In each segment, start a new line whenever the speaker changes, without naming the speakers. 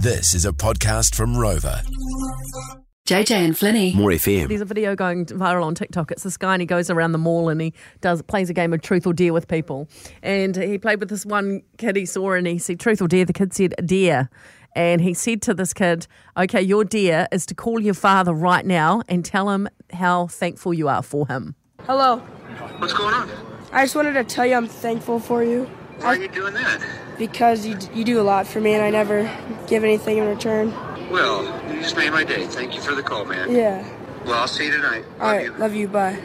This is a podcast from Rover.
JJ and Flinny.
More FM.
There's a video going viral on TikTok. It's this guy and he goes around the mall and he does plays a game of truth or dare with people. And he played with this one kid he saw and he said truth or dare. The kid said dare, and he said to this kid, "Okay, your dare is to call your father right now and tell him how thankful you are for him."
Hello.
What's going on?
I just wanted to tell you I'm thankful for you
Why are you doing that?
because you, d- you do a lot for me and I never give anything in return.
Well, you just made my day. Thank you for the call, man.
Yeah.
Well, I'll see you tonight. Love
All right.
you.
Love you. Bye.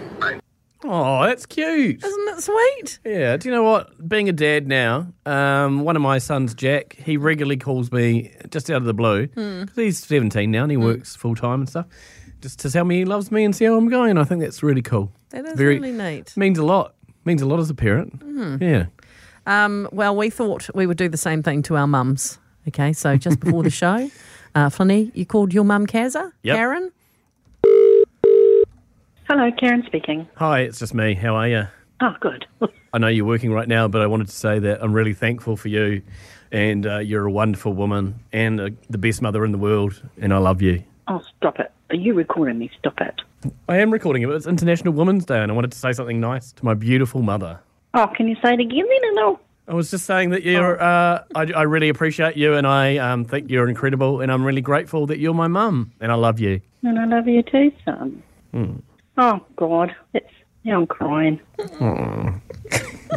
Oh, that's cute.
Isn't that sweet?
Yeah. Do you know what? Being a dad now, um, one of my sons, Jack, he regularly calls me just out of the blue
Hmm.
because he's 17 now and he works full time and stuff, just to tell me he loves me and see how I'm going. I think that's really cool.
That is
Very-
really neat. Hmm.
Means a lot. Means a lot as a parent. Yeah.
Um, well, we thought we would do the same thing to our mums. Okay, so just before the show, uh, Flinny, you called your mum Kaza,
Yep.
Karen.
Hello, Karen speaking.
Hi, it's just me. How are you?
Oh, good.
I know you're working right now, but I wanted to say that I'm really thankful for you, and uh, you're a wonderful woman and uh, the best mother in the world, and I love you.
Oh, stop it. Are you recording me? Stop it.
I am recording it, but it's International Women's Day, and I wanted to say something nice to my beautiful mother.
Oh, can you say it again then? And I'll...
I was just saying that you're.
Oh.
Uh, I, I really appreciate you, and I um, think you're incredible, and I'm really grateful that you're my mum, and I love you.
And I love you too, son. Oh, God. It's... Now I'm crying. oh,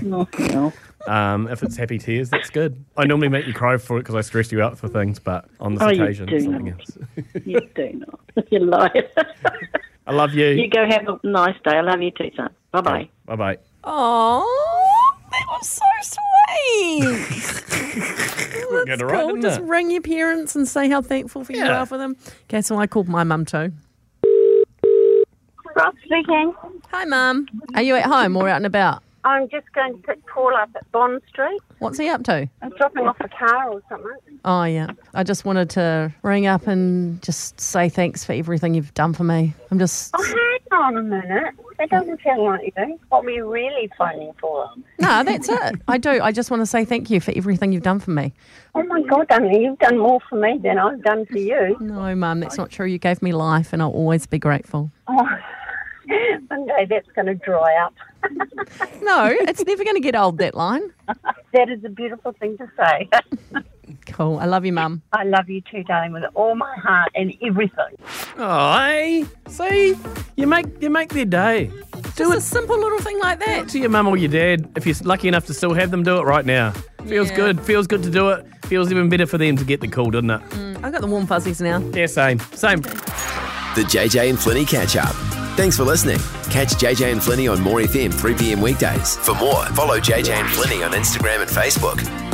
no.
Um, if it's happy tears, that's good. I normally make you cry for it because I stress you out for things, but on this
Oh, you
occasion,
do.
something else.
You do not. you lie.
I love you.
you go have a nice day. I love you too, son. Bye bye.
Bye bye.
Oh, that was so sweet.
Get
That's
it right,
cool.
didn't
Just
it?
ring your parents and say how thankful for you
Yeah.
are for them. Okay, so I called my mum too.
Rob speaking.
Hi, mum. Are you at home or out and about?
I'm just going to pick Paul up at Bond Street.
What's he up to?
I'm dropping off a car or something.
Oh, yeah. I just wanted to ring up and just say thanks for everything you've done for me. I'm just.
Oh, hang on a minute. That doesn't sound like you. What were you really phoning for?
No, that's it. I do. I just want to say thank you for everything you've done for me.
Oh my God, Dunley, you've done more for me than I've done for you.
No, mum, that's not true. You gave me life and I'll always be grateful.
Oh. One day that's going to dry up.
No, it's never going to get old, that line.
That is a beautiful thing to say.
Cool. I love you, mum.
I love you too, darling, with all my heart and everything.
Aye. See, you make you make their day.
Just a simple little thing like that.
To your mum or your dad, if you're lucky enough to still have them, do it right now. Feels
Yeah.
good. Feels good to do it. Feels even better for them to get the call, doesn't it?
I've got the warm fuzzies now.
Yeah, same, same.
The JJ and Flinny catch up. Thanks for listening. Catch JJ and Flinny on More FM 3 p.m. weekdays. For more, follow JJ and Flinny on Instagram and Facebook.